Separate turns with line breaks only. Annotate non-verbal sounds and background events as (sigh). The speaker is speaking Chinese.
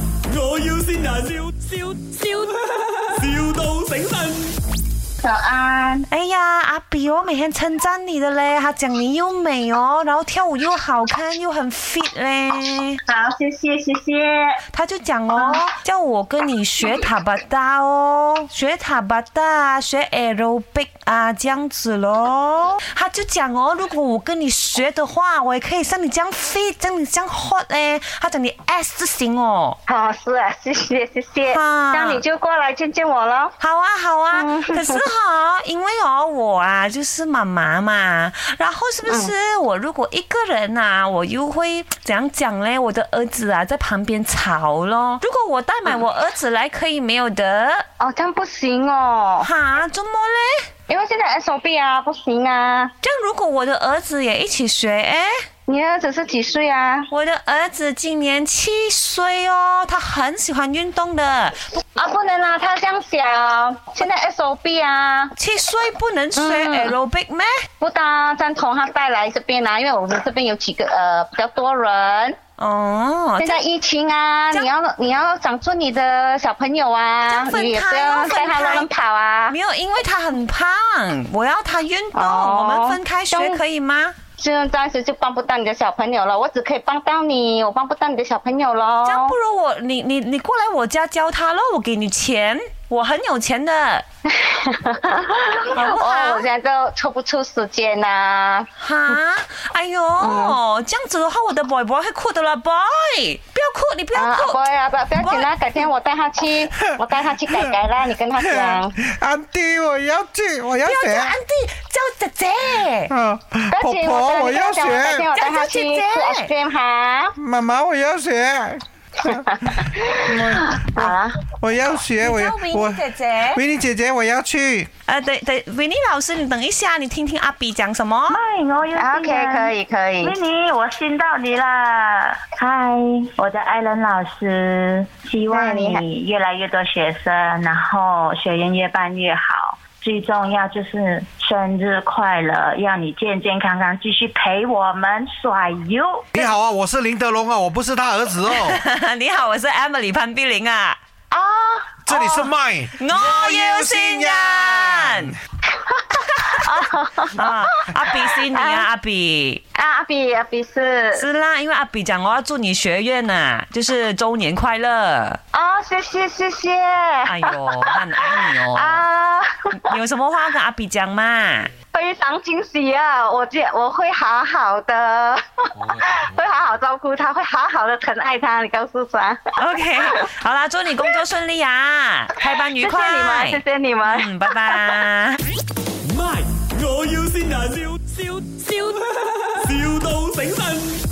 要先人，笑笑笑，, (laughs) 笑到醒神。
早安，
哎呀，阿比哦，每天称赞你的嘞，他讲你又美哦，然后跳舞又好看，又很 fit 嘞。
好，谢谢谢谢。
他就讲哦，叫我跟你学塔巴达哦，学塔巴达啊，学 aerobic 啊，这样子咯。他就讲哦，如果我跟你学的话，我也可以像你这样 fit，像你这样 hot 嘞。他讲你 S 字形哦。
好，是啊，谢谢谢谢。
啊
这样你就过来见见我喽。
好啊，好啊，
嗯
可是哈、因为哦，我啊就是妈妈嘛，然后是不是
嗯
我如果一个人啊，我又会怎样讲嘞？我的儿子啊在旁边吵咯。如果我带买我儿子来，可以没有的？
哦，这样不行哦，
哈，怎么嘞？
因为现在 SOB 啊，不行啊。
这样如果我的儿子也一起学，诶，
你儿子是几岁啊？
我的儿子今年七岁哦，他很喜欢运动的，不
啊，不能啊，他这样小，现在 SOB 啊，
七岁不能学
嗯
aerobic 咩？
不大赞同他带来这边啊，因为我们这边有几个呃比较多人，
哦，
现在疫情啊，
这样
你要你要长住你的小朋友啊，
这样分开
你也不要带他乱乱跑啊
没，有，因为他很胖，我要他运动，
哦
我们分开学可以吗？
现在暂时就帮不到你的小朋友了，我只可以帮到你，我帮不到你的小朋友喽
这。样不如我你你你过来我家教他咯，我给你钱，我很有钱的，好不好
(laughs) 哦，我现在就抽不出时间啊呐、
哈，哎呦，
嗯
这样子的话我的 boy boy 会哭的了，boy，不要哭，你不要
啊，
哭，
不会啊，不不要紧啦，改天我带他 (laughs) 去，我带他去改改啦，你跟他 (laughs) 讲。
(laughs) 安迪，我要去，我要
不要
学
叫。
啊
安迪，叫姐姐。
嗯，婆
不要紧我
婆，
跟
我
你跟他讲，改天
要学。
我带他去吃 ice cream 哈。
妈妈，我要学。我
好啦，
我要学，
哎
我
叫
要
维
我
尼姐姐，
维尼姐姐，我要去。
呃，等等，维尼老师，你等一下，你听听阿比讲什么。 (laughs)
嗨，我有
OK，可。啊以可以
维。尼，我听到你啦！嗨，我的艾伦老师，希望
嗨
你越来越多学生，然后学员越办越好。最重要就是生日快乐，要你健健康康，继续陪我们甩油。
你好啊，我是林德龙啊，我不是他儿子哦。
你好，我是 Emily 潘碧玲啊，
啊，
这里是麦，
我要先
(laughs)
人。啊，阿比是你啊，阿比
啊阿比阿比是
是啦，因为阿比讲我要祝你学院呐、就是周年快乐。
啊，谢谢谢谢。
哎呦，他很爱你哦。
啊， (laughs)
你有什么话跟阿比讲嘛？
非常惊喜啊！我觉我会好好的， (laughs) 会好好照顾他，会好好的疼爱他。你告诉他，
OK，好啦，祝你工作顺利啊，开班愉
谢谢你们，
快。
谢谢你们。
嗯，拜拜。
My，我要先人，笑笑笑，,笑到醒神。